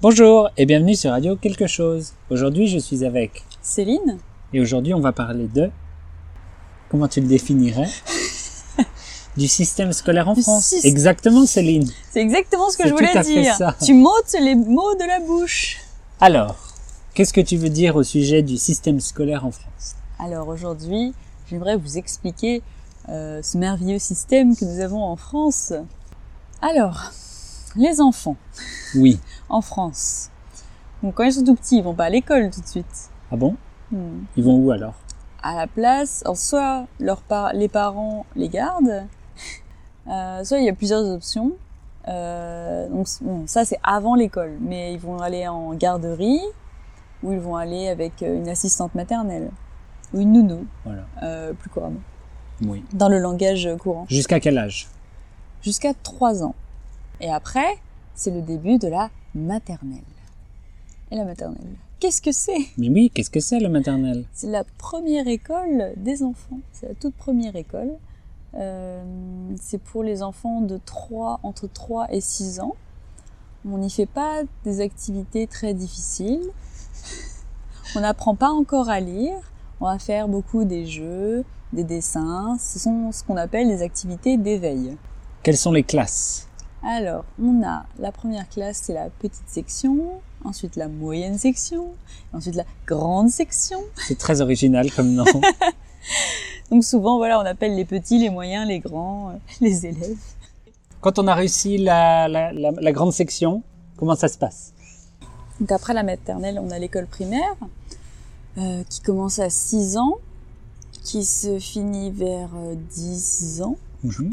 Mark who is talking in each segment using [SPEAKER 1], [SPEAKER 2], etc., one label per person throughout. [SPEAKER 1] Bonjour et bienvenue sur Radio Quelque chose. Aujourd'hui, je suis avec.
[SPEAKER 2] Céline
[SPEAKER 1] Et aujourd'hui, on va parler de. Comment tu le définirais Du système scolaire en
[SPEAKER 2] Du
[SPEAKER 1] France.
[SPEAKER 2] syst-
[SPEAKER 1] Exactement, Céline.
[SPEAKER 2] C'est exactement ce que
[SPEAKER 1] C'est
[SPEAKER 2] je
[SPEAKER 1] tout à
[SPEAKER 2] voulais
[SPEAKER 1] fait
[SPEAKER 2] dire.
[SPEAKER 1] ça.
[SPEAKER 2] Tu m'ôtes les mots de la bouche.
[SPEAKER 1] Alors, qu'est-ce que tu veux dire au sujet du système scolaire en France
[SPEAKER 2] Alors aujourd'hui, j'aimerais vous expliquer euh, ce merveilleux système que nous avons en France. Alors, les enfants
[SPEAKER 1] Oui.
[SPEAKER 2] en France. Donc quand ils sont tout petits, ils vont pas à l'école tout de suite.
[SPEAKER 1] Ah bon
[SPEAKER 2] Hmm.
[SPEAKER 1] Ils vont où alors
[SPEAKER 2] À la place, alors soit leurs par- les parents les gardent, euh, soit il y a plusieurs options. Euh, donc bon, ça c'est avant l'école, mais ils vont aller en garderie ou ils vont aller avec euh, une assistante maternelle ou une nounou,
[SPEAKER 1] Voilà.
[SPEAKER 2] euh, plus couramment,
[SPEAKER 1] Oui.
[SPEAKER 2] dans le langage courant,
[SPEAKER 1] Jusqu'à quel âge
[SPEAKER 2] jusqu'à 3 ans. Et après, c'est le début de la maternelle. Et la maternelle, qu'est-ce que c'est
[SPEAKER 1] Mais oui, qu'est-ce que c'est le maternel
[SPEAKER 2] C'est la première école des enfants. C'est la toute première école. Euh, c'est pour les enfants de 3, entre 3 et 6 ans. On n'y fait pas des activités très difficiles. On n'apprend pas encore à lire. On va faire beaucoup des jeux, des dessins. Ce sont ce qu'on appelle les activités d'éveil.
[SPEAKER 1] Quelles sont les classes
[SPEAKER 2] Alors, on a la première classe, c'est la petite section. Ensuite, la moyenne section. Ensuite, la grande section.
[SPEAKER 1] C'est très original comme nom.
[SPEAKER 2] Donc souvent, voilà, on appelle les petits, les moyens, les grands, euh, les élèves.
[SPEAKER 1] Quand on a réussi la, la- la- la grande section, comment ça se passe
[SPEAKER 2] Donc après la maternelle, on a l'école primaire, euh, qui commence à 6 ans, qui se finit vers euh, 10 ans,
[SPEAKER 1] Mhm.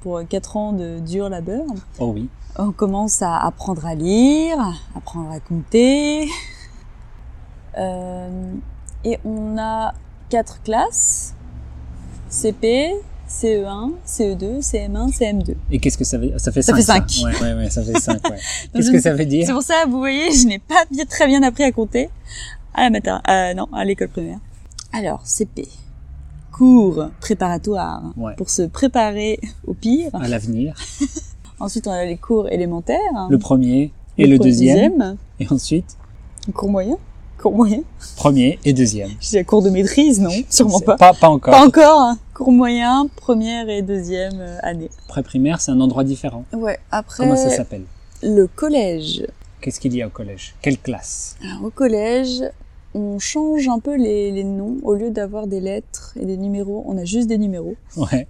[SPEAKER 2] pour 4 ans de dur labeur.
[SPEAKER 1] Oh oui.
[SPEAKER 2] On commence à apprendre à lire, apprendre à compter. Euh, et on a quatre classes, CP, CE1, CE2, CM1, CM2.
[SPEAKER 1] Et qu'est-ce que ça veut Ça fait
[SPEAKER 2] Ça
[SPEAKER 1] cinq.
[SPEAKER 2] fait
[SPEAKER 1] ça.
[SPEAKER 2] cinq.
[SPEAKER 1] Ouais, ouais, ouais, ça fait cinq. Ouais.
[SPEAKER 2] je
[SPEAKER 1] Qu'est-ce
[SPEAKER 2] ne
[SPEAKER 1] que ça veut
[SPEAKER 2] C'est
[SPEAKER 1] dire
[SPEAKER 2] pour ça, vous voyez, je n'ai pas bien, très bien appris à compter à la matin, euh, non, à l'école primaire. Alors, CP, cours préparatoire
[SPEAKER 1] Ouais.
[SPEAKER 2] pour se préparer au pire.
[SPEAKER 1] À l'avenir.
[SPEAKER 2] Ensuite, on a les cours élémentaires.
[SPEAKER 1] Le premier et le,
[SPEAKER 2] cours
[SPEAKER 1] deuxième. Et ensuite,
[SPEAKER 2] Cours moyen. Cours moyen.
[SPEAKER 1] premier et deuxième.
[SPEAKER 2] Je dis cours de maîtrise, non, sûrement
[SPEAKER 1] C'est-
[SPEAKER 2] pas.
[SPEAKER 1] Pas, pas encore.
[SPEAKER 2] Pas encore. hein. Cours moyen, première et deuxième euh, année.
[SPEAKER 1] Pré-primaire, c'est un endroit différent.
[SPEAKER 2] Ouais,
[SPEAKER 1] Comment ça
[SPEAKER 2] après
[SPEAKER 1] s'appelle
[SPEAKER 2] le collège.
[SPEAKER 1] Qu'est-ce qu'il y a au collège Quelle classe
[SPEAKER 2] Alors, au collège, on change un peu les, les noms. Au lieu d'avoir des lettres et des numéros, on a juste des numéros.
[SPEAKER 1] Ouais.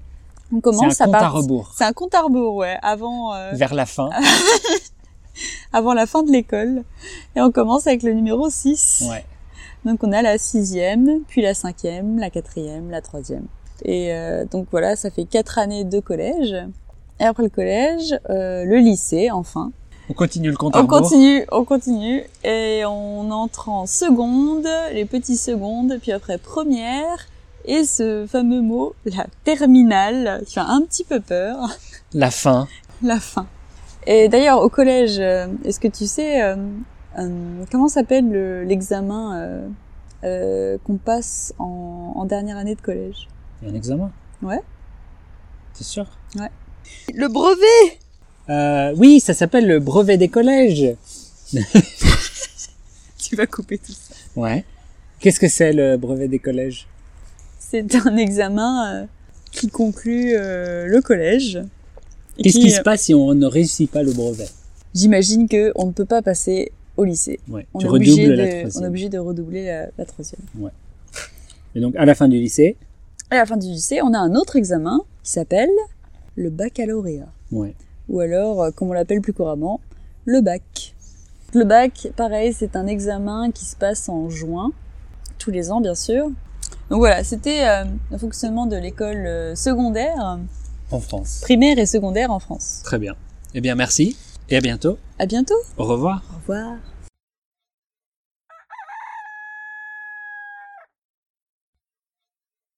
[SPEAKER 1] C'est
[SPEAKER 2] On
[SPEAKER 1] un
[SPEAKER 2] commence à
[SPEAKER 1] compte à
[SPEAKER 2] part-
[SPEAKER 1] rebours.
[SPEAKER 2] C'est un compte à rebours, ouais, avant, euh,
[SPEAKER 1] Vers la fin.
[SPEAKER 2] avant la fin de l'école. Et on commence avec le numéro 6.
[SPEAKER 1] Ouais.
[SPEAKER 2] Donc on a la sixième, puis la cinquième, la quatrième, la troisième. Et euh, donc voilà, ça fait quatre années de collège. Et après le collège, euh, le lycée, enfin.
[SPEAKER 1] On continue le compte à
[SPEAKER 2] On
[SPEAKER 1] rebours.
[SPEAKER 2] continue, on continue. Et on entre en seconde, les petits secondes, puis après première. Et ce fameux mot, la terminale, qui fait un petit peu peur.
[SPEAKER 1] La fin.
[SPEAKER 2] la fin. Et d'ailleurs, au collège, euh, est-ce que tu sais euh, euh, comment s'appelle le- l'examen euh, euh, qu'on passe en, en dernière année de collège
[SPEAKER 1] Il y a un examen.
[SPEAKER 2] Ouais.
[SPEAKER 1] C'est sûr
[SPEAKER 2] Le brevet
[SPEAKER 1] Euh, oui, ça s'appelle le brevet des collèges.
[SPEAKER 2] Tu vas couper tout ça.
[SPEAKER 1] Ouais. Qu'est-ce que c'est le brevet des collèges
[SPEAKER 2] C'est un examen euh, qui conclut euh, le collège. et
[SPEAKER 1] Qu'est-ce qui
[SPEAKER 2] qui,
[SPEAKER 1] se
[SPEAKER 2] euh,
[SPEAKER 1] passe si on ne réussit pas le brevet
[SPEAKER 2] J'imagine que on ne peut pas passer au lycée.
[SPEAKER 1] ouais.
[SPEAKER 2] On
[SPEAKER 1] Tu
[SPEAKER 2] est obligé
[SPEAKER 1] redoubles
[SPEAKER 2] de,
[SPEAKER 1] la
[SPEAKER 2] On est
[SPEAKER 1] troisième.
[SPEAKER 2] obligé de redoubler la, la troisième.
[SPEAKER 1] Et donc à la fin du lycée,
[SPEAKER 2] À la fin du lycée, on a un autre examen qui s'appelle le baccalauréat.
[SPEAKER 1] ouais.
[SPEAKER 2] ou alors, euh, comme on l'appelle plus couramment, le bac. Le bac, pareil, c'est un examen qui se passe en juin, tous les ans bien sûr. Donc voilà, c'était euh, le fonctionnement de l'école euh, secondaire,
[SPEAKER 1] en France.
[SPEAKER 2] primaire et secondaire en France.
[SPEAKER 1] Très bien. Eh bien, merci et à bientôt.
[SPEAKER 2] À bientôt,
[SPEAKER 1] Au revoir.
[SPEAKER 2] au revoir.